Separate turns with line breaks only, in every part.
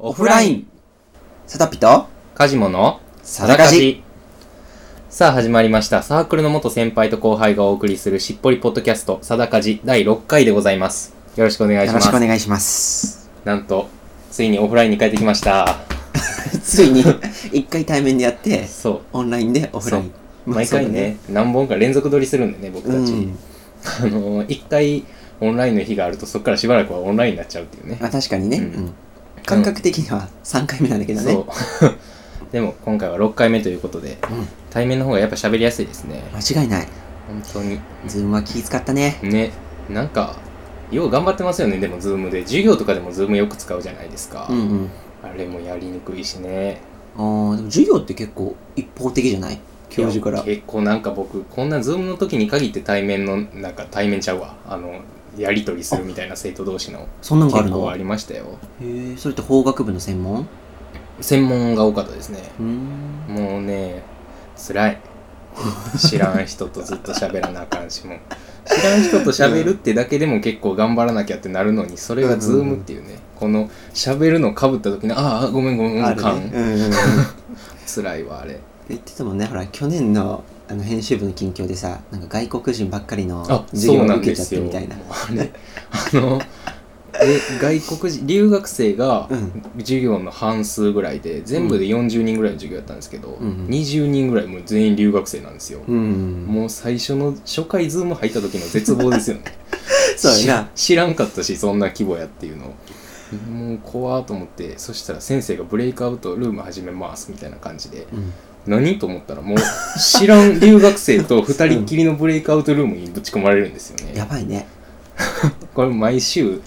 オフライン。サタピと
カジモの
サダカジ
さあ始まりました。サークルの元先輩と後輩がお送りするしっぽりポッドキャスト、サダカジ第6回でございます。よろしくお願い
よ
し
ろ
ま
し
す
くお。願いします。
なんと、ついにオフラインに帰ってきました。
ついに、一回対面でやって、
そ
オンラインでオフライン
そ。う。毎回ね、何本か連続撮りするんでね、僕
まあ。
た
そ
ち。
うだね
あの、一回オンラインの日があると、そこからしばらくはオンラインになっちゃうっていうね
うん。。まあ確かにね。
うん
うん感覚的には3回目なんだけどね。
そう。 でも今回は6回目ということで、
うん
対面の方がやっぱ喋りやすいですね。
間違いない。
本当に。
ズームは気使ったね。
ねなんかよう頑張ってますよねでもズームで授業とかでもズームよく使うじゃないですか、
うん
あれもやりにくいしね
うん。あーでも授業って結構一方的じゃない教授か
いや
ら。
結構なんか僕こんなズームの時に限って対面のなんか対面ちゃうわあのやり取りするみたいな生徒同士の
そんなんがある
結
の
構ありましたよ
へえ、それって法学部の専門
専門が多かったですね
うーん。
もうね辛い 知らん人とずっと喋らなあかんしもう知らん人と喋るってだけでも結構頑張らなきゃってなるのにそれがズームっていうね、この喋るのかぶった時のああごめんごめん
あ
ご
る
感、
ね。うんうんうん。
辛いわあれ
言ってたもんねほら去年のあの編集部の近況でさなんか外国人ばっかりの
あそ
授業
う
を
なん
受
で
けちゃっ
す
て
よ
みたいな
もうあれあのえ外国人留学生が
うん
授業の半数ぐらいで全部で40人ぐらいの授業やったんですけど、
うんうん
20人ぐらいもう全員留学生なんですよ、
うん
もう最初の初回ズーム入った時の絶望ですよね
そうやな
し知らんかったしそんな規模やっていうのもう怖ーと思ってそしたら先生がブレイクアウトルーム始めますみたいな感じで
うん
何と思ったらもう知らん留学生と2人っきりのブレイクアウトルームにぶち込まれるんですよね
やばいね
これ毎週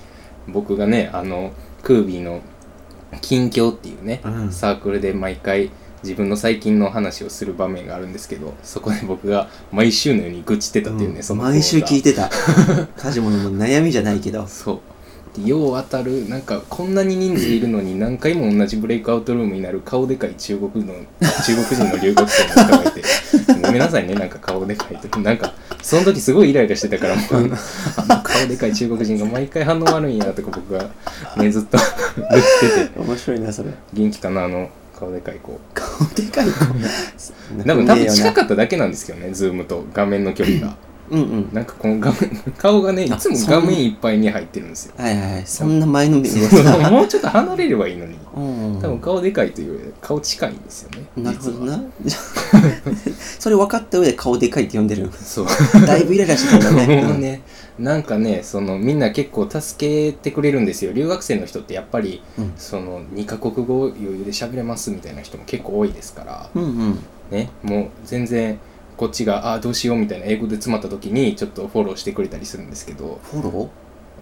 僕がねあのクービーの「近況」っていうね、
うん
サークルで毎回自分の最近の話をする場面があるんですけどそこで僕が毎週のように愚痴ってたっていうね、
うん
その
毎週聞い
て
てた家事ものも悩みじゃないけど
そうでよう当たるなんかこんなに人数いるのに何回も同じブレイクアウトルームになる顔でかい中国 の中国人の留学生の人がいてごめんなさいねなんか顔でかいとなんかその時すごいイライラしてた からもうあの顔でかい中国人が毎回反応悪いんやとか僕がねずっと 言ってて
面白いなそれ
元気かなあの顔でかい子
顔でか い子
でも多分近
く
かっただけなんですけどねズームと画面の距離が
うんうん
なんかこの画面顔がねいつも画面いっぱいに入ってるんですよ
はいはいはいそんな前のめりでさ
もうちょっと離れればいいのに
うん
多分顔でかいというより顔近いんですよね
なるほど
実は
なそれ分かった上で顔でかいって呼んでる
そう
だいぶイライラしてたんだね
もうねなんかねそのみんな結構助けてくれるんですよ留学生の人ってやっぱり、
うん
その2カ国語余裕で喋れますみたいな人も結構多いですから
うんうん
ねもう全然こっちが「あどうしよう」みたいな英語で詰まった時にちょっとフォローしてくれたりするんですけど、
フォロ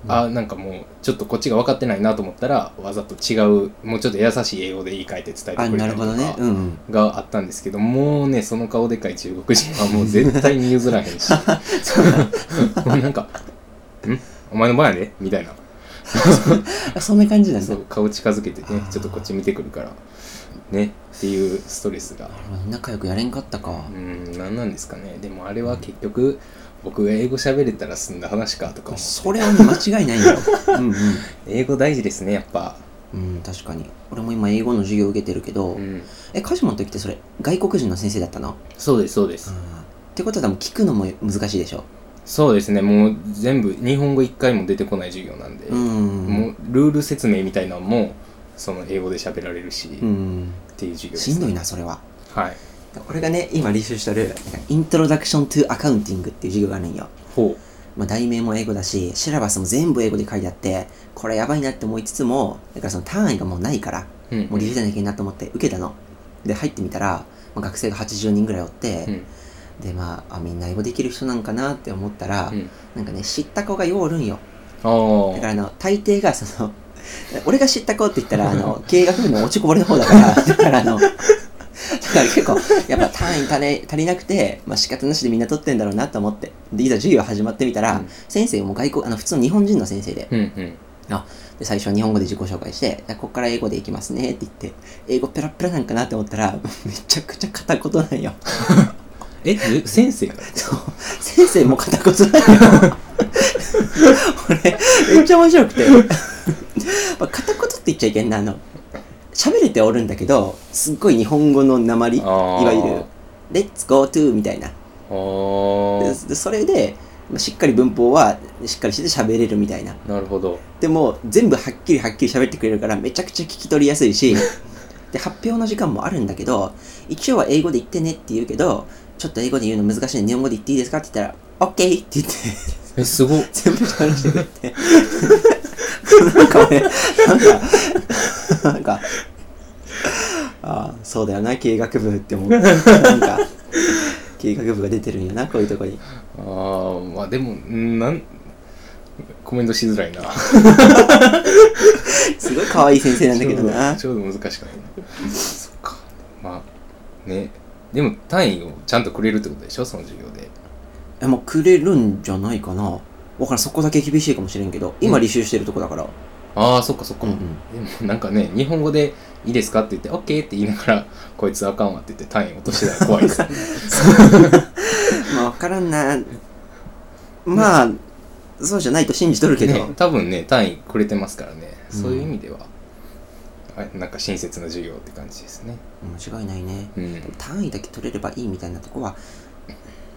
うん
あなんかもうちょっとこっちが分かってないなと思ったらわざと違うもうちょっと優しい英語で言い換えて伝えて
ー
くれた
あ
りとか
なるほどねうんうん
があったんですけどもうねその顔でかい中国人は もう絶対に譲らへんし もうなんか「んお前の番やで」みたいな
あそんな感じなんだ
そう顔近づけてね
あー
ちょっとこっち見てくるからねっていうストレスが
仲良くやれんかったか
うん何なんですかねでもあれは結局僕が英語喋れたら済んだ話かとか思って
それはね間違いない ようんうん
英語大事ですねやっぱ
うん確かに俺も今英語の授業受けてるけど、
うん
えカジモンの時ってそれ外国人の先生だったの、
そうですそうです
ってことは多分聞くのも難しいでしょ
そうですねもう全部日本語一回も出てこない授業なんで
うん
もうルール説明みたいなのもその英語で喋られるし、
う
っ
ん
ていう授業です、
しんどいなそれは
はい
俺がね今練習してるイントロダクション・トゥ・アカウンティングっていう授業があるんよ、
ほ
まあ、題名も英語だしシラバスも全部英語で書いてあってこれやばいなって思いつつもだからその単位がもうないから
う、うん
もう理由じゃなきゃいいなと思って受けたので入ってみたら、まあ、学生が80人ぐらいおって、
うん
でまああみんな英語できる人なんかなって思ったら、
うん
なんかね知った子がようおるんよ
ああ
だからあの大抵がその 俺が知った子って言ったらあの経営学部の落ちこぼれの方 だからだからあのだから結構やっぱ単位足り足りなくて、まあ、仕方なしでみんな取ってんだろうなと思ってでいざ授業始まってみたら、
うん
先生も外国あの普通の日本人の先生で
うんうん
で最初は日本語で自己紹介して、じゃあここから英語でいきますねって言って、英語ペラペラなんかなって思ったら、 めちゃくちゃ片言なんよ。
ええ先生が
そう。先生も片言なんよ。 俺、めっちゃ面白くて。まあ片言って言っちゃいけんな、あの、喋れておるんだけどすっごい日本語の鉛い
あー
わゆる「Let's go to」みたいな
あー
でそれでまあしっかり文法はしっかりして喋れるみたいな
なるほど
でも全部はっきりはっきり喋ってくれるからめちゃくちゃ聞き取りやすいしで発表の時間もあるんだけど一応は英語で言ってねって言うけどちょっと英語で言うの難しいんで日本語で言っていいですかって言ったら「OK」って言って
えすごっ
全部話してくれてなんかねなんかなんかああそうだよな経営学部って思うなんか経営学部が出てるんやなこういうとこに
ああまあでもんなんコメントしづらいな
すごい可愛い先生なんだけどな
ちょうどちょうど難しかったなそっかまあねでも単位をちゃんとくれるってことでしょその授業で
えもうくれるんじゃないかなわからんそこだけ厳しいかもしれんけど今履修してるとこだから、
ああそっかそっか、
うんうん
でもなんかね日本語で「いいですか?」って言って「OK」って言いながら 「こいつあかんわ」って言って単位落としてたら怖 いです
まあ分からんなまあ、そうじゃないと信じとるけど、
ね多分ね単位くれてますからね、
うん
そういう意味ではあなんか親切な授業って感じですね
間違いないね
うん
単位だけ取れればいいみたいなとこは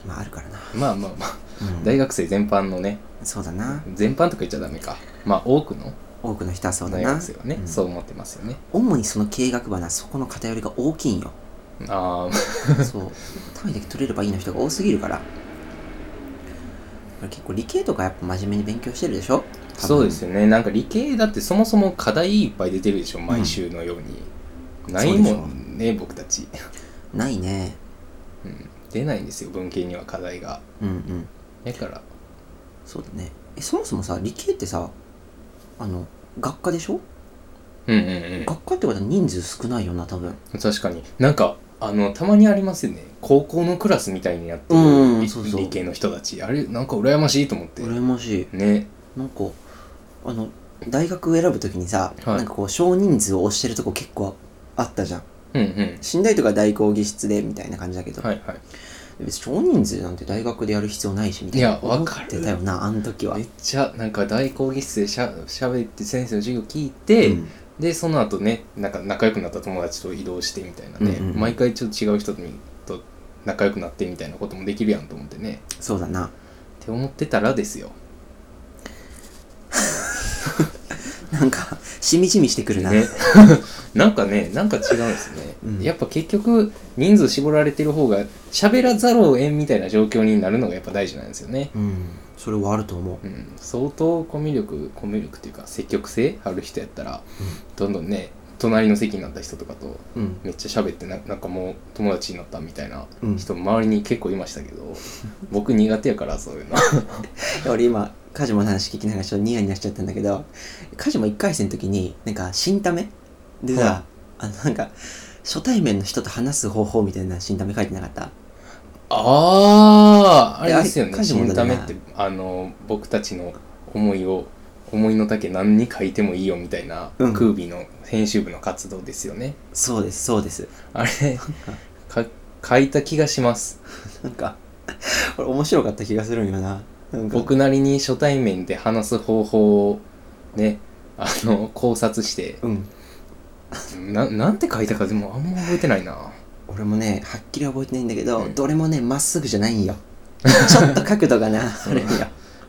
まああるからな、
まあまあまあ
うん
大学生全般のね
そうだな
全般とか言っちゃダメかまあ多くの
多くの人はそうだ
大
な
学生はね、
うん
そう思ってますよね
主にその経営学部はなそこの偏りが大きいん よ
ああ
そう単位だけ取れればいいの人が多すぎるからだから結構理系とかやっぱ真面目に勉強してるでしょ
そうです
よ
よねなんか理系だってそもそも課題いっぱい出てるでしょ毎週のように、ないもんね僕たち、
ないね
うん、出ないんですよ文系には課題が
うんうん
だから
そうだねえそもそもさ理系ってさあの学科でしょ
うんうんうん
学科ってことは人数少ないよな多分
確かになんかあのたまにありますよね高校のクラスみたいにやってる
うん
理
そうそう
理系の人たちあれなんか羨ましいと思って
羨ましい
ね
なんかあの大学選ぶときにさ、
はい
なんかこう少人数を推してるとこ結構あったじゃん
うんうん
寝台とか大講義室でみたいな感じだけど、
はいは
別に少人数なんて大学でやる必要ないしみたい
い
な
やわかる
思ってたよなあの時はい
めっちゃなんか大講義室でしゃしゃべって先生の授業聞いて、
うん
でその後ねなんか仲良くなった友達と移動してみたいなね、
うんうんうん
毎回ちょっと違う人と仲良くなってみたいなこともできるやんと思ってね
そうだな
って思ってたらですよ
なんかしみじみしてくるな、
ね なんかねなんか違うんですね、
うん
やっぱ結局人数絞られてる方が喋らざるを得んみたいな状況になるのがやっぱ大事なんですよね
うんそれはあると思う
うん、相当コミュ力コミュ力っていうか積極性ある人やったら、どんどんね隣の席になった人とかと
うん
めっちゃ喋ってななんかもう友達になったみたいな
うん
人周りに結構いましたけど、僕苦手やからそういうの
俺今カジモの話聞きながらちょっとニヤニヤしちゃったんだけどカジモ1回戦の時になんか新ためでさ、
は
あのなんか初対面の人と話す方法みたいな新ため書いてなかった
あああれですよ
い
ね
や家事も
新
だ
ため
な
ってあの僕たちの思いを思いの丈何に書いてもいいよみたいな、
うん
クービーの編集部の活動ですよね
そうですそうです
あれか書いた気がします
なんか これ面白かった気がするんよななんか
僕なりに初対面で話す方法をねあの考察して
うん
ななんて書いたかでもあんま覚えてないな
俺もねはっきりは覚えてないんだけど、
うん
どれもねまっすぐじゃない んよちょっと角度がなあれよ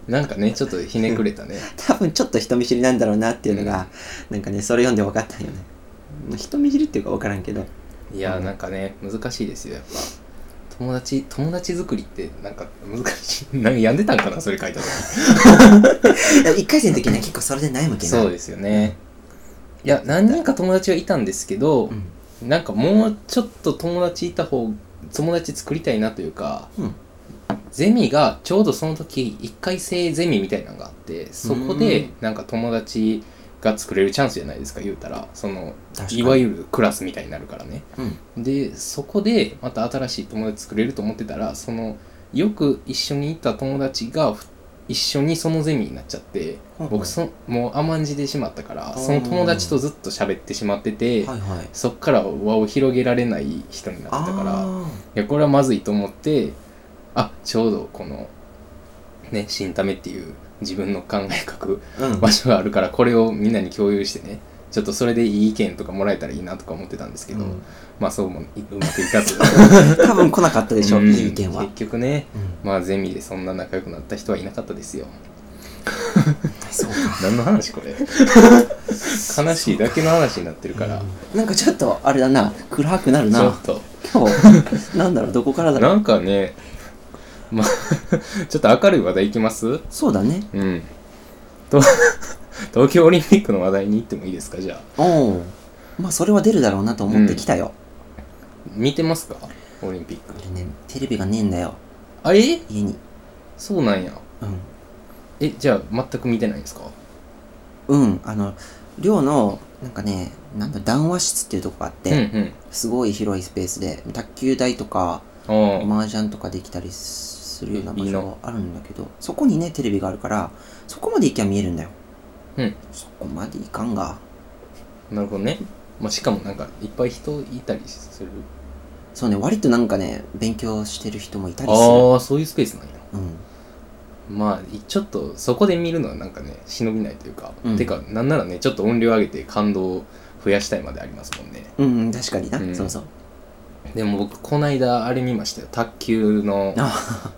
なんかねちょっとひねくれたね
多分ちょっと人見知りなんだろうなっていうのが、なんかねそれ読んで分かったんよねまあ人見知りっていうか分からんけど
いやーなんかね難しいですよやっぱ友達友達作りってなんか難し いなんか病んでたんかなそれ書いた時
1回戦の時ね結構それで悩むけど
そうですよねいや何人か友達はいたんですけど、
うん
なんかもうちょっと友達いた方友達作りたいなというか、
うん
ゼミがちょうどその時1回生ゼミみたいなのがあってそこ
う
で
ん
なんか友達が作れるチャンスじゃないですか言うたらその
確かに
いわゆるクラスみたいになるからね
うん
でそこでまた新しい友達作れると思ってたらそのよく一緒にいた友達がふ一緒にそのゼミになっちゃって
ほうほう
僕そもう甘んじてしまったから
ー
その友達とずっと喋ってしまってて
はいはい
そっから輪を広げられない人になってたから
あ
いやこれはまずいと思ってあちょうどこのね新ためっていう自分の考え書く
ーうん
場所があるからこれをみんなに共有してねちょっとそれでいい意見とかもらえたらいいなとか思ってたんですけど、
うん
まあそうもいうまくいかず
多分来なかったでしょ、
うん
いい意見は、
結局ね
うん
まあゼミでそんな仲良くなった人はいなかったですよ
そうか
何の話 これ悲しいだけの話になってるから、
なんかちょっとあれだな暗くなる
ちょ
な
っと
今日なんだろうどこからだろう
なんかねまあ ちょっと明るい話題いきます
そうだね
うんと東京オリンピックの話題に行ってもいいですかじゃあ
おおまあそれは出るだろうなと思ってきたよ、
見てますかオリンピック
俺ねテレビがねえんだよ
あれ
家に
そうなんやえじゃあ全く見てないんですか
うん、うん、あの寮のなんかねなんだ談話室っていうとこがあっ
うんう
て、
ん
すごい広いスペースで卓球台とか
ああ
麻雀とかできたりするような場
いいな
所があるんだけどそこにねテレビがあるからそこまで行きゃ見えるんだよ
うん
そこまでいかんが
なるほどね、まあ、しかもなんかいっぱい人いたりする
そうね割となんかね勉強してる人もいたりする
ああそういうスペースなんや
うん
まあいちょっとそこで見るのはなんかね忍びないというか、
うん
てかなんならねちょっと音量上げて感動を増やしたいまでありますもんね
うんうん確かにな、
うん
そうそう
でも僕こないだあれ見ましたよ卓球の
あ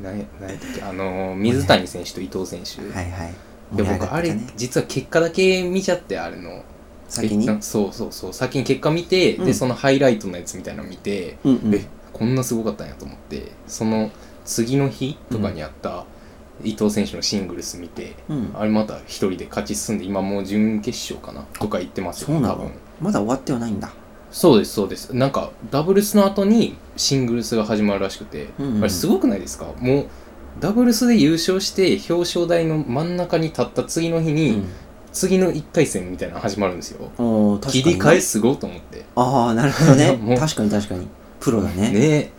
なんやなんやったっけあのー水谷選手と伊藤選手、
はいはい
で
盛り上が
僕あ
って
れ
たね
実は結果だけ見ちゃってあれの
先に
えなそうそうそう先に結果見て、
うん
でそのハイライトのやつみたいなの見て、
うんうん
えこんなすごかったんやと思ってその次の日とかにあった伊藤選手のシングルス見て、
うん
あれまた一人で勝ち進んで今もう準決勝かなとか言ってますよ
そうな
多
の
分
まだ終わってはないんだ
そうですそうですなんかダブルスの後にシングルスが始まるらしくて、
うんうん
あれすごくないですかもうダブルスで優勝して表彰台の真ん中に立った次の日に、次の1回戦みたいなの始まるんですよ
うん、おー確か
切
に
り替えすごいと思って
ああなるほど
いや も
ね
う
確かに確かにプロだね
ね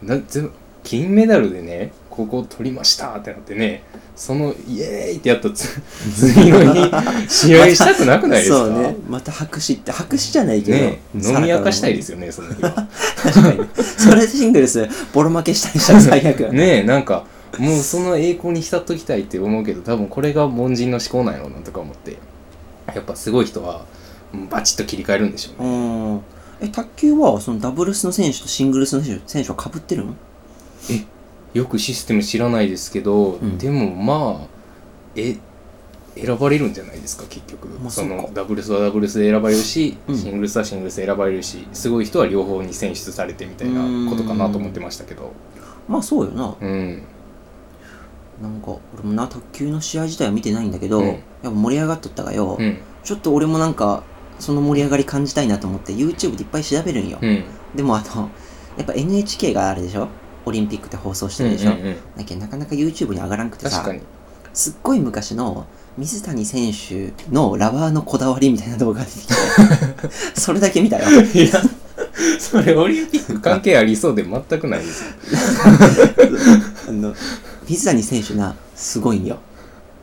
う ん
なぜ金メダルでねここ取りましたってなってねそのイエーイってやった つ次の日試合したくなくないですか
そうねまた白紙って白紙じゃないけど、
ね
さら
飲み明かしたいですすよねその日は
確かに それでシングルスボロ負けしたりしたら最悪
ねえなんかもうその栄光に浸っときたいって思うけど多分これが凡人の思考なんやろうなとか思ってやっぱすごい人はうんバチッと切り替えるんでしょう
う
ね
ーんえ卓球はそのダブルスの選手とシングルスの選手選手はかぶってるの
よくシステム知らないですけど、
ん
でもまあえ選ばれるんじゃないですか結局、
まあ
そ
そう
の
か
ダブルスはダブルスで選ばれるし、
うん
シングルスはシングルスで選ばれるしすごい人は両方に選出されてみたいなことかなと思ってましたけど
まあそうよな
うん
なんか俺もな卓球の試合自体は見てないんだけど、
うん
やっぱ盛り上がっとったがよ、
うん
ちょっと俺もなんかその盛り上がり感じたいなと思って YouTube でいっぱい調べるんよ、
うん
でもあのやっぱ NHK があるでしょオリンピックって放送してるでしょ、
うんうんうん
だけどなかなか YouTube に上がらんくて
確
さ
かに
すっごい昔の水谷選手のラバーのこだわりみたいな動画が 出てきてそれだけ見たよ
いやそれオリンピック関係ありそうで全くないですよ
あの水谷選手なすごいんよ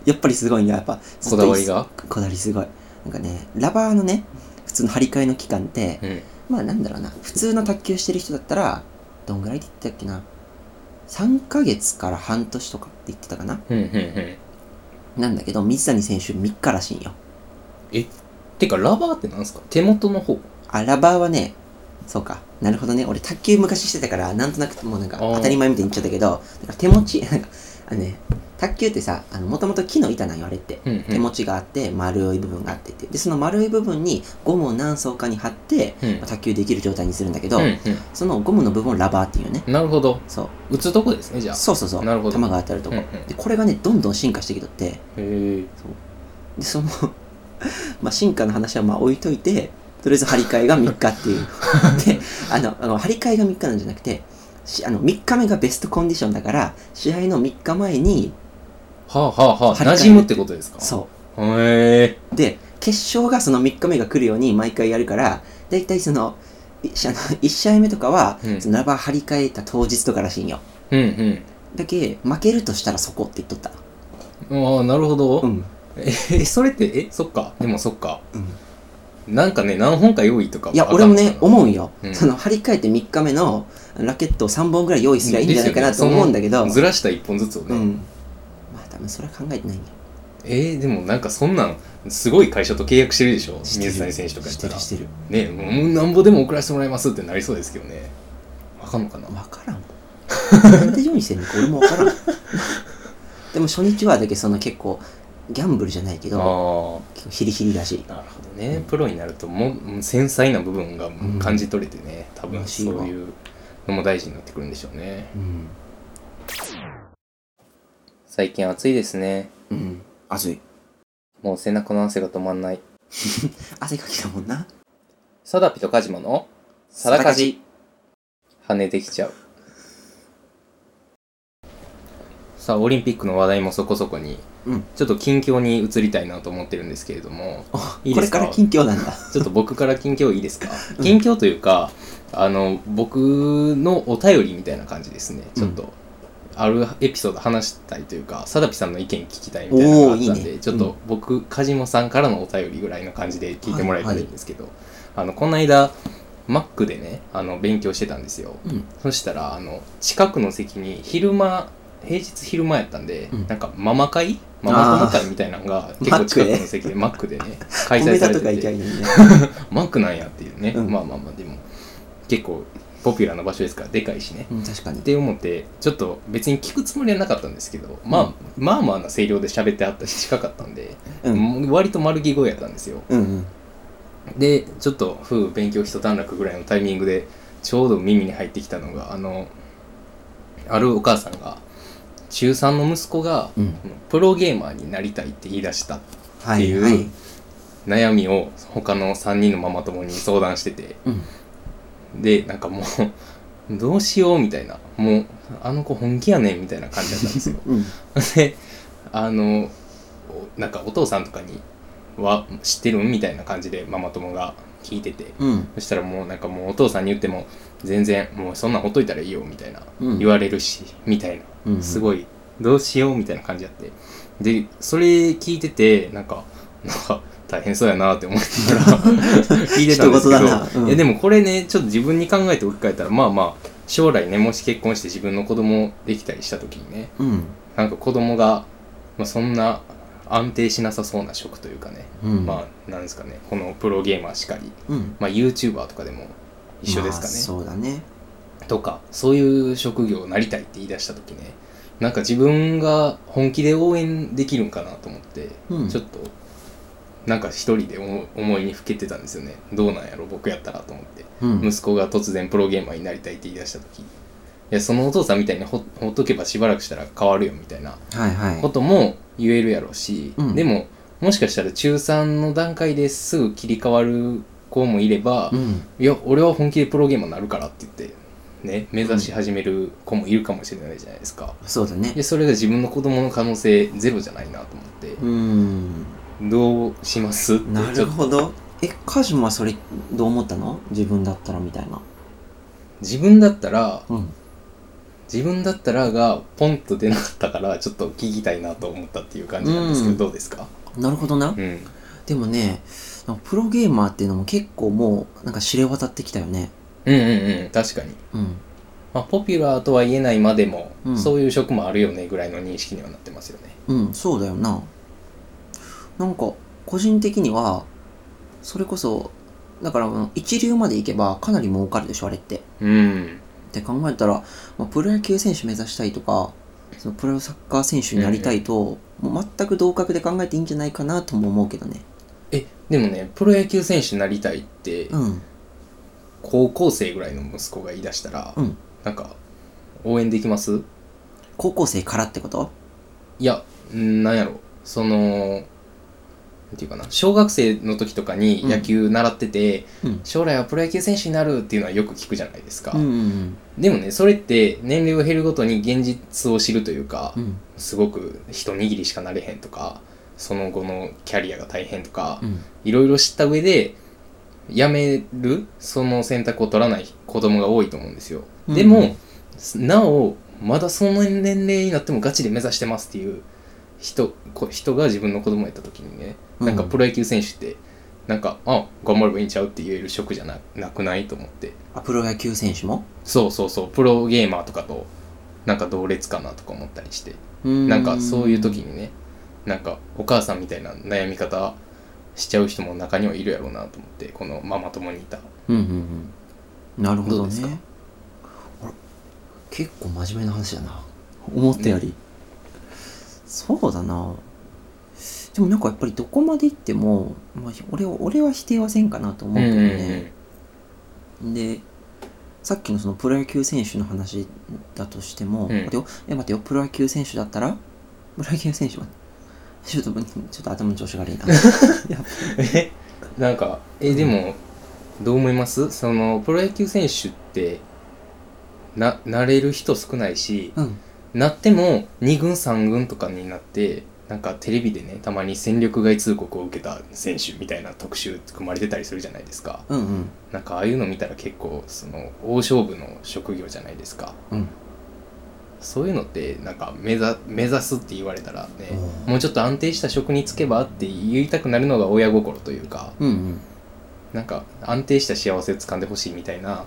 やっぱりすごいんよやっぱ ずっ
ことだわりが
こだわりすごいなんかねラバーのね普通の張り替えの期間って
うん
まあなんだろうな普通の卓球してる人だったらどんぐらいって言ってたっけな3ヶ月から半年とかって言ってたかな
うんうんうん
なんだけど水谷選手3日らしいんよ
てかラバーってなんですか手元の方
あラバーはねそうかなるほどね俺卓球昔してたからなんとなくもうなんか
あー
当たり前みたいに言っちゃったけどだから手持ち なんかあのね卓球ってさもともと木の板なんよあれって
うんうん
手持ちがあって丸い部分があってってでその丸い部分にゴムを何層かに貼って、
うん
まあ卓球できる状態にするんだけど、
うん
そのゴムの部分をラバーっていうね
うんなるほど
そう
打つとこですねじゃあ
そうそうそう
なるほど
球が当たるとこ、
うんうん
でこれがねどんどん進化してきとって
へえ
でその まあ進化の話はまあ置いといてとりあえず張り替えが3日っ ていうであのあの張り替えが3日なんじゃなくてしあの3日目がベストコンディションだから試合の3日前に
はあはあはあ
張り替え
馴染むってことですか
そう
うへえ
で決勝がその3日目が来るように毎回やるから大体そのいあの1試合目とかは、
うん
そのラバー張り替えた当日とからしいんよ
うん
だけ負けるとしたらそこって言っとった
うんああなるほど、
うん、
えそれってえそっかでもそっか
うん、
なんかね何本か用意とか
いや俺もね
う
思うんよ、
うん
その張り替えて3日目のラケットを3本ぐらい用意すりゃいいんじゃないかなと思うんだけど、
ずらした一本ずつをね、
うんまあ多分それは考えてないんよ
ええー、でもなんかそんなんすごい会社と契約してるでしょ
してる
水谷選手とかやったら
してるして
ねもうなんぼでも送らせてもらいますってなりそうですけどねわかんのかな
る分からんもんなんで用意してんの か俺も分からんでも初日はだけその結構ギャンブルじゃないけ
あ
ど
ー
結構ヒリヒリだし
なるほどねプロになるともう繊細な部分が感じ取れてね、多分そういうのも大事になってくるんでしょうね
うん
最近暑いですね
うん暑い
もう背中の汗が止まんない
汗かきだもんな
サダピとカジマのサダカジ跳ねてきちゃうさあオリンピックの話題もそこそこに、
うん
ちょっと近況に移りたいなと思ってるんですけれども
あ
いい
こ
で
れ
すか
から近況なんだ
ちょっと僕から近況いいですか
うん
近況というかあの僕のお便りみたいな感じですねちょっと、あるエピソード話したいというかサダピさんの意見聞きたいみたいなのがあったん
おー
で
いいね
ちょっ
うん
と僕カジマさんからのお便りぐらいの感じで聞いてもらえたらいいんですけど、あのこの間マックでねあの勉強してたんですよ
うん
そしたらあの近くの席に昼間平日昼間やったんで、
うん
なんかママ会ママ友会みたいなのが結構近くの席でマックでね開催
米
さ
田
れ
と
てて
か行きゃいいのにね
マックなんやっていうね、
うん
まあまあまあでも結構ポピュラーな場所ですからでかいしね
うん確かに
って思ってちょっと別に聞くつもりはなかったんですけど、まあまあまあな声量で喋ってあったし近かったんで、
うん
もう割と丸着声やったんですよ
うんうん
でちょっと夫婦勉強一段落ぐらいのタイミングでちょうど耳に入ってきたのがあのあるお母さんが中3の息子が
うん
プロゲーマーになりたいって言い出した
は
ってい
いうはい
悩みを他の3人のママ友に相談してて
うん
でなんかもう どうしようみたいなもうあの子本気やねんみたいな感じだったん ですよ
うん
であのおなんかお父さんとかには知ってるんみたいな感じでママ友が聞いてて
うん
そしたらもうなんかもうお父さんに言っても全然もうそんなんほっといたらいいよみたいな、
うん
言われるしみたいな
うん
す
い
ごいどうしようみたいな感じやってでそれ聞いててなんかなんか大変そうやなって思ってた ら聞いてたんですけど、
人事だなうん
いやでもこれねちょっと自分に考えて置き換えたらまあまあ将来ねもし結婚して自分の子供できたりした時にね
うん
なんか子供がまあ、そんな安定しなさそうな職というかね、
うん
まあなんですかねこのプロゲーマーしかり、
うん
まあ、YouTuber とかでも一緒ですかね、
まあそうだね
とかそういう職業になりたいって言い出した時ねなんか自分が本気で応援できるんかなと思って、
うん
ちょっとなんか一人で思思いにふけてたんですよねどうなんやろ僕やったらと思って、
うん
息子が突然プロゲーマーになりたいって言い出した時いやそのお父さんみたいにほほっとけばしばらくしたら変わるよみたいな
はいはい
ことも言えるやろうし、
うん
でももしかしたら中3の段階ですぐ切り替わる子もいれば、
うん
いや俺は本気でプロゲーマーになるからって言ってね目指し始める子もいるかもしれないじゃないですか、
そうだね
でそれが自分の子供の可能性ゼロじゃないなと思って、
うん
どうしますって
な
ち
る
ょっと
ほどえカジマはそれどう思ったの自分だったらみたいな
自分だったら
うん
自分だったらがポンと出なかったからちょっと聞きたいなと思ったっていう感じなんですけど、
うん
どうですか
なるほどな
うん
でもねなんかプロゲーマーっていうのも結構もうなんか知れ渡ってきたよね
うんうんうん確かに、
うん
まあ、ポピュラーとは言えないまでも、
うん
そういう職もあるよねぐらいの認識にはなってますよね
うんそうだよななんか個人的にはそれこそだからもう一流までいけばかなり儲かるでしょあれって
うん
って考えたら、まあ、プロ野球選手目指したいとかそのプロサッカー選手になりたいと、もう全く同格で考えていいんじゃないかなとも思うけどね
えでもねプロ野球選手になりたいって、
うん
高校生ぐらいの息子が言い出したら、
うん
なんか応援できます
高校生からってこと
いやんなんやろそのなんていうかな小学生の時とかに野球習ってて、
うん
将来はプロ野球選手になるっていうのはよく聞くじゃないですか、
うんうん
でもねそれって年齢を減るごとに現実を知るというか、
うん
すごく一握りしかなれへんとかその後のキャリアが大変とか、
うん
いろいろ知った上でやめるその選択を取らない子供が多いと思うんですよ、
うん
でもなおまだその年齢になってもガチで目指してますっていう人こ人が自分の子供やった時にねなんか
うん
プロ野球選手ってなんかあ頑張ればいいんちゃうって言える職じゃななくないと思って
あプロ野球選手も
そうそうそうプロゲーマーとかとなんか同列かなとか思ったりして
な
なんかそういう時にねなんかお母さんみたいな悩み方しちゃう人も中にはいるやろうなと思ってこのママ友にいた
うんうんうんなるほ
ど
ど
う
ね
ですか
あら結構真面目な話だな思ったより、そうだなでもなんかやっぱりどこまで行っても、まあ、俺は俺は否定はせんかなと思うけどね、でさっきのそのプロ野球選手の話だとしても、
ん
待てよえ待てよプロ野球選手だったらプロ野球選手はちょっとちょっと頭の調子が悪いな やっぱ
えなんかえでもどう思いますそのプロ野球選手ってななれる人少ないし
うん
なっても2軍3軍とかになってなんかテレビでねたまに戦力外通告を受けた選手みたいな特集組まれてたりするじゃないですか
うんうん
なんかああいうの見たら結構その大勝負の職業じゃないですか
うん
そういうのってなんか目指目指すって言われたらね
うん
もうちょっと安定した職に就けばって言いたくなるのが親心というか
うんうん
なんか安定した幸せを掴んでほしいみたいな思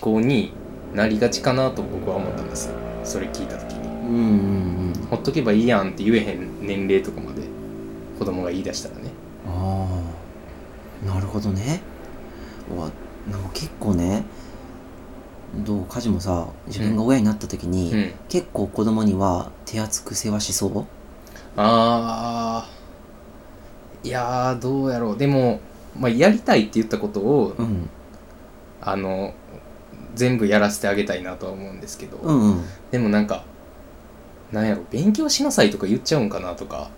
考になりがちかなと僕は思ったんですよそれ聞いた時に
うんうんうん
ほっとけばいいやんって言えへん年齢とかまで子供が言い出したらね
ああなるほどねうわなんか結構ねどう家事もさ自分が親になった時に、
うん
結構子供には手厚く世話しそう
あーいやーどうやろうでも、まあ、やりたいって言ったことを、
うん
あの全部やらせてあげたいなとは思うんですけど、
うんうん、
でもなんかなんやろ勉強しなさいとか言っちゃうんかなとか、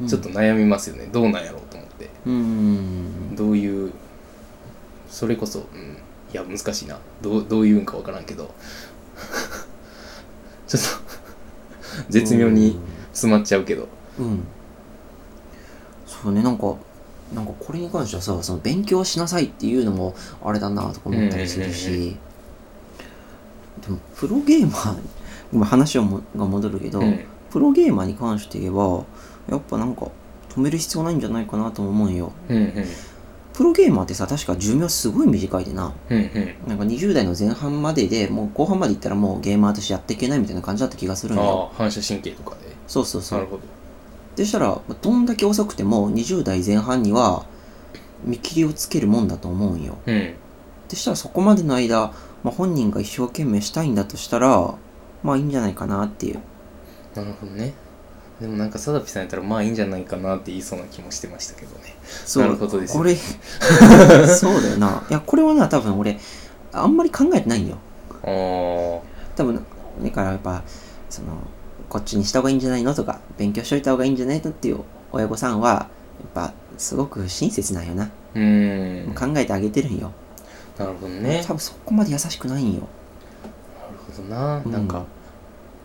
うん、
ちょっと悩みますよねどうなんやろうと思って
うんうん
どういうそれこそ、うん、いや難しいなどうどういうんか分からんけど ちょっと絶妙に詰まっちゃうけど
うん、うんそうねなんかなんかこれに関してはさその勉強しなさいっていうのもあれだなとか思ったりするし、
うんうん
でもプロゲーマー今話をもが戻るけど、
うん
プロゲーマーに関して言えばやっぱなんか止める必要ないんじゃないかなとも思うんよ
うんうん
プロゲーマーってさ確か寿命すごい短いでな
うんうん
なんか20代の前半まででもう後半までいったらもうゲーマーとしてやっていけないみたいな感じだった気がするんよ
ああ反射神経とかで
そうそうそ
なる
う
ほど
でしたらどんだけ遅くても20代前半には見切りをつけるもんだと思うんよ
うん
でしたらそこまでの間、まあ、本人が一生懸命したいんだとしたらまあいいんじゃないかなっていう
なるほどねでもなんかサダピさんやったらまあいいんじゃないかなって言いそうな気もしてましたけどね
そう
なるほどですね
これ そうだよないやこれはな多分俺あんまり考えてないんよ
あ
多分だからやっぱそのこっちにした方がいいんじゃないのとか勉強しといた方がいいんじゃないのっていう親御さんはやっぱすごく親切なんよな、
あうんなる
考えてあげてるんよ
ほどね
多分そこまで優しくないん
な
よ
るほどな、
うん
なんか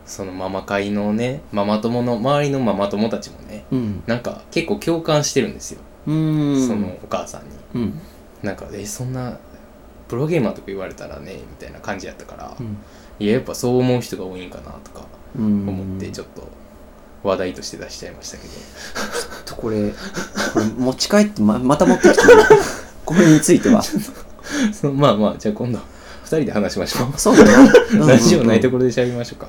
そのママ会のねママ友の周りのママ友たちもね
うん
なんか結構共感してるんですよ、
うーん
そのお母さんに
うん
なんか「えそんなプロゲーマーとか言われたらね」みたいな感じやったから、
うん
いややっぱそう思う人が多いんかなとか
うん
思ってちょっと話題として出しちゃいましたけど、
ちょっとこれこれ持ち帰ってままた持ってきてこれについて は
そのまあまあじゃあ今度2人で話しましょう
そうだな
ラジオないと
こ
ころで喋りましょうか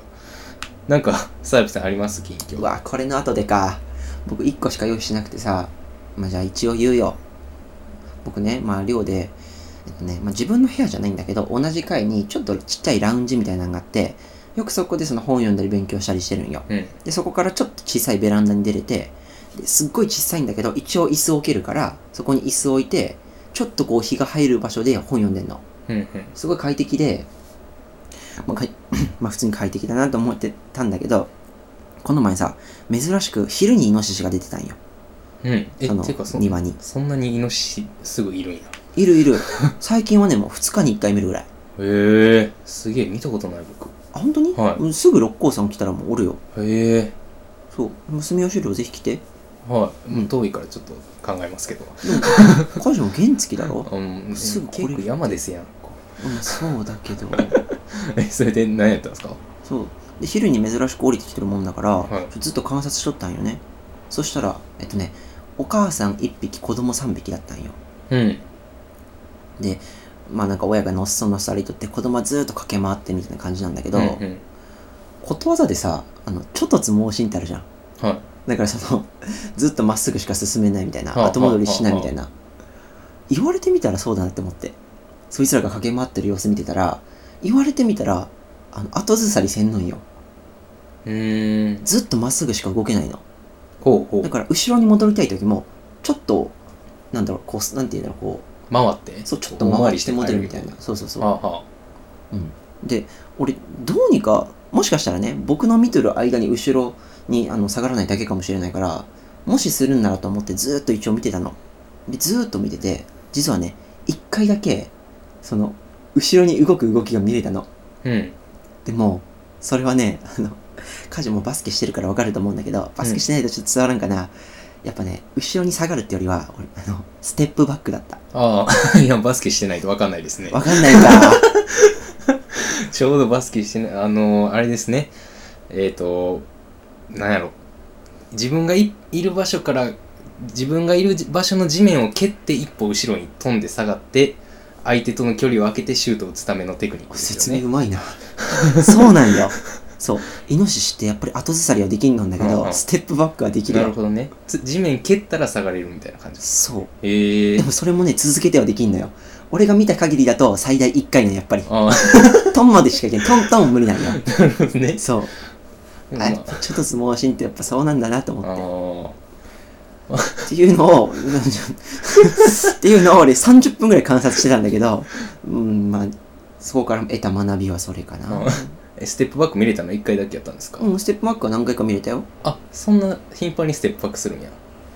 なんかサービスさんあります近況
うわこれの後でか僕1個しか用意しなくてさまあじゃあ一応言うよ僕ねまあ寮でえっとね、まあ、自分の部屋じゃないんだけど同じ階にちょっとちっちゃいラウンジみたいなのがあってよくそこでその本読んだり勉強したりしてるんよ
うん
でそこからちょっと小さいベランダに出れてですっごい小さいんだけど一応椅子を置けるからそこに椅子を置いてちょっとこう日が入る場所で本読んでんの
うんうん
すごい快適で、まあかい まあ普通に快適だなと思ってたんだけど、この前さ、珍しく昼にイノシシが出てたんよ。
うんえ
その
っていうかそ
庭に。
そんなにイノシシすぐいるんや
いるい る。最近はね、もう2日に1回見るぐらい。
へえすげえ見たことない僕
あ、本当に、
はい
うんすぐ六甲山来たらもうおるよ。
へえ
そう。娘よし寮ぜひ来て。
はい、
うん
遠いからちょっと考えますけど、
家事も原付だろ、
うん、
すぐこれ
結構山です やんこ
うん、そうだけど。
うえそれで何やったんですか
そう。で、昼に珍しく降りてきてるもんだから、
はい
ずっと観察しとったんよね。そしたら、えっとね、お母さん1匹、子供3匹だったんよ。
うん
でまあなんか親がのっそのっそ歩いとって子供はずーっと駆け回ってるみたいな感じなんだけど、
うんうん
ことわざでさあの「ちょっとつ盲信」ってあるじゃん
は
だからその ずっとまっすぐしか進めないみたい
はあは
な
あ
後戻りしないみたいな言われてみたらそうだなって思ってそいつらが駆け回ってる様子見てたら言われてみたらあの後ずさりせんのんよ
うーん
ずっとまっすぐしか動けないの
ほうほ
だ
う
から後ろに戻りたい時もちょっとなんだろうこうなんていうんだろうこ
回って
うそうちょっと回りして戻るみたいなそうそうそう
はあは
で俺どうにかもしかしたらね僕の見てる間に後ろにあの下がらないだけかもしれないからもしするんならと思ってずーっと一応見てたのでずーっと見てて実はね一回だけその後ろに動く動きが見れたの
あうん
でもそれはねあのカジもバスケしてるから分かると思うんだけどバスケしてないとちょっと伝わらんかな、やっぱね後ろに下がるってよりは俺あのステップバックだった
ああ いやバスケしてないと分かんないですね
分かんないか
ちょうどバスケしてない、あのーあれですね。えっ、と、なんやろ。自分がいいる場所から、自分がいる場所の地面を蹴って一歩後ろに飛んで下がって、相手との距離を空けてシュートを打つためのテクニックです
説
よね
明。うまい なそうなんよそうイノシシってやっぱり後ずさりはできんのんだけど、
うんうん
ステップバックはできる
な
よ
るほどね。つ地面蹴ったら下がれるみたいな感じです。
そう
ええ
でもそれもね続けてはできんのよ俺が見た限りだと最大1回ねやっぱり
ああ、
トンまでしかいけないトントン無理なん よ
なるほどね。
そう
ま
あ
あ
ちょっと相撲心ってやっぱそうなんだなと
あ
思って
ー
っていうのを っていうのを俺30分ぐらい観察してたんだけどうんまあそこから得た学びはそれかな
あえステップバック見れたの1回だけやったんですか、
うんステップバックは何回か見れたよ
あ、そんな頻繁にステップバックするんや。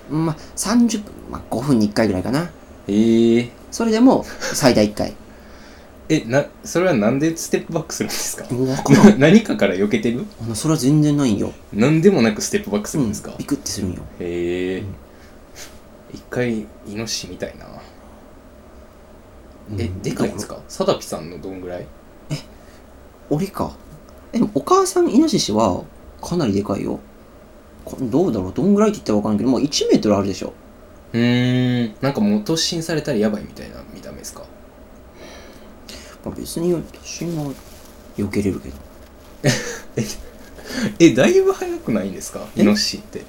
まあ30分、まあ、5分に1回ぐらいかな
ええ
それで も最大1回。
え、な、それはなんでステップバックするんですか
わからん。
な 何かから避けてる
あのそれは全然ないんよ。
何でもなくステップバックするんですか、
うんビクってするんよ。
へえ、
うん
一回イノシシみたいな、え
うん
でかいんですかサダピさんのどんぐらい
俺か。え、でもお母さんイノシシはかなりでかいよ。こどうだろうどんぐらいって言ったらわからんけど、もう1メートルあるでしょ。
うーんなんかもう突進されたらやばいみたいな見た目ですか
まあ、別に私は避けれるけど。
えだいぶ速くないんですか
え
イノシシって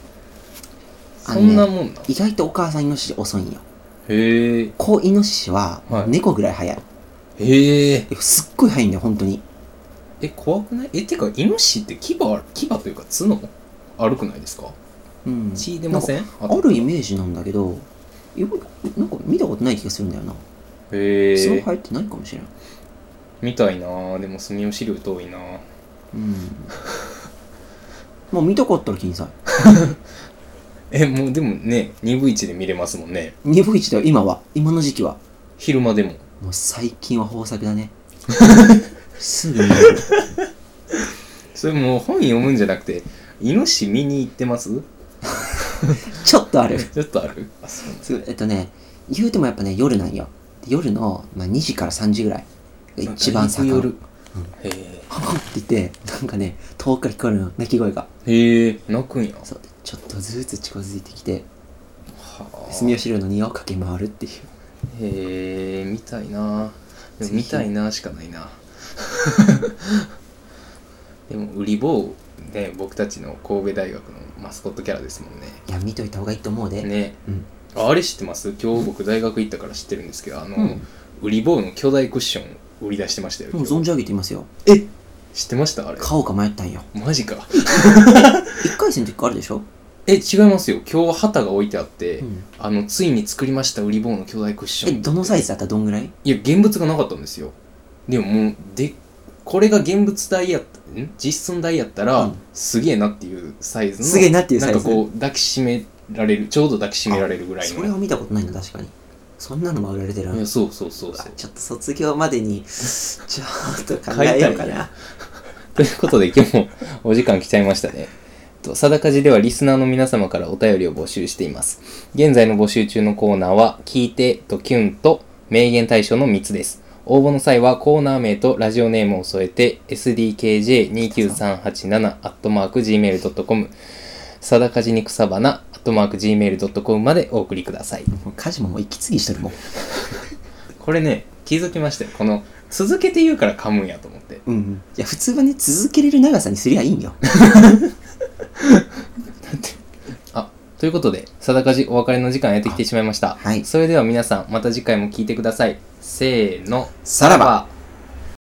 あ
そ
のね
んなもんな、
意外とお母さんイノシシ遅いんよ。
へえ
子イノシシは
はい
猫ぐらい速い。
へえ
えすっごい速いんだよ、本当に。
え怖くないえてかイノシシって牙ある牙というか角あるくないですか
うん
血出ません
なん
あ
かあるイメージなんだけど、よくなんか見たことない気がするんだよな。
へ
すごい
え
入ってないかもしれない。
みたいなーでも住吉寮遠いなー
うん。もう見たかったら気にさい。
えもうでもね2分1で見れますもんね
2分1だよ、今は。今の時期は。
昼間でも
もう最近は豊作だね。 すぐ見れる。
それもう本読むんじゃなくてイノシシ見に行ってます
ちょっとある。
ちょっとあるあそう
すごいえっとね、言うてもやっぱね、夜なんよ。で夜の、まあ、2時から3時ぐらいが一番盛ん。
夜、
って
へえ
言って、なんかね、遠くから聞こえるの、鳴き声が。
へえ泣くんや
そう。ちょっとずつ近づいてきて、
は
住吉寮の庭を駆け回るっていう。
へえ見たいなでも見たいなしかない なでもウリボウね僕たちの神戸大学のマスコットキャラですもんね
いや、見といた方がいいと思うで。
ね
うん。
ああれ知ってます今日僕大学行ったから知ってるんですけどあの、
うん
ウリボウの巨大クッション売り出してましたよ
もう
今日
存じ上げていますよ。
え知ってましたあれ
買おうか迷ったんよ。
マジか
1回戦の時からあるでしょ
え違いますよ今日旗が置いてあって、
うん
あのついに作りましたウリボウの巨大クッシ
え
ョン
どのサイズだったらどんぐらい
いや現物がなかったんですよでももうでこれが現物大やったん実寸大やったら、
うん
すげえなっていうサイズの
すげえなっていうサイ
なん
ズ
かこう抱きしめられるちょうど抱きしめられるぐらい
それは
の
見たことないの確かにそんなのも売られてる
いやそうそうそう
うわ
そう
ちょっと卒業ま でにちょっと考えよ
買
うか
いたい
な
ということで今日もお時間来ちゃいましたね。とサダカジではリスナーの皆様からお便りを募集しています。現在の募集中のコーナーは、聞いてとキュンと名言対象の3つです。応募の際はコーナー名とラジオネームを添えて sdkj29387-gmail.com サダカジに草花 .gmail.com までお送りください。
もう家事ももう息継ぎしとるもん
これね、気づきましたよ。この続けて言うから噛むんやと思って。
うんいや普通はね続けれる長さにすりゃいいんよ
ということで、定かじお別れの時間やってきてしまいました。
はい
それでは皆さん、また次回も聞いてください。せーの。
さらば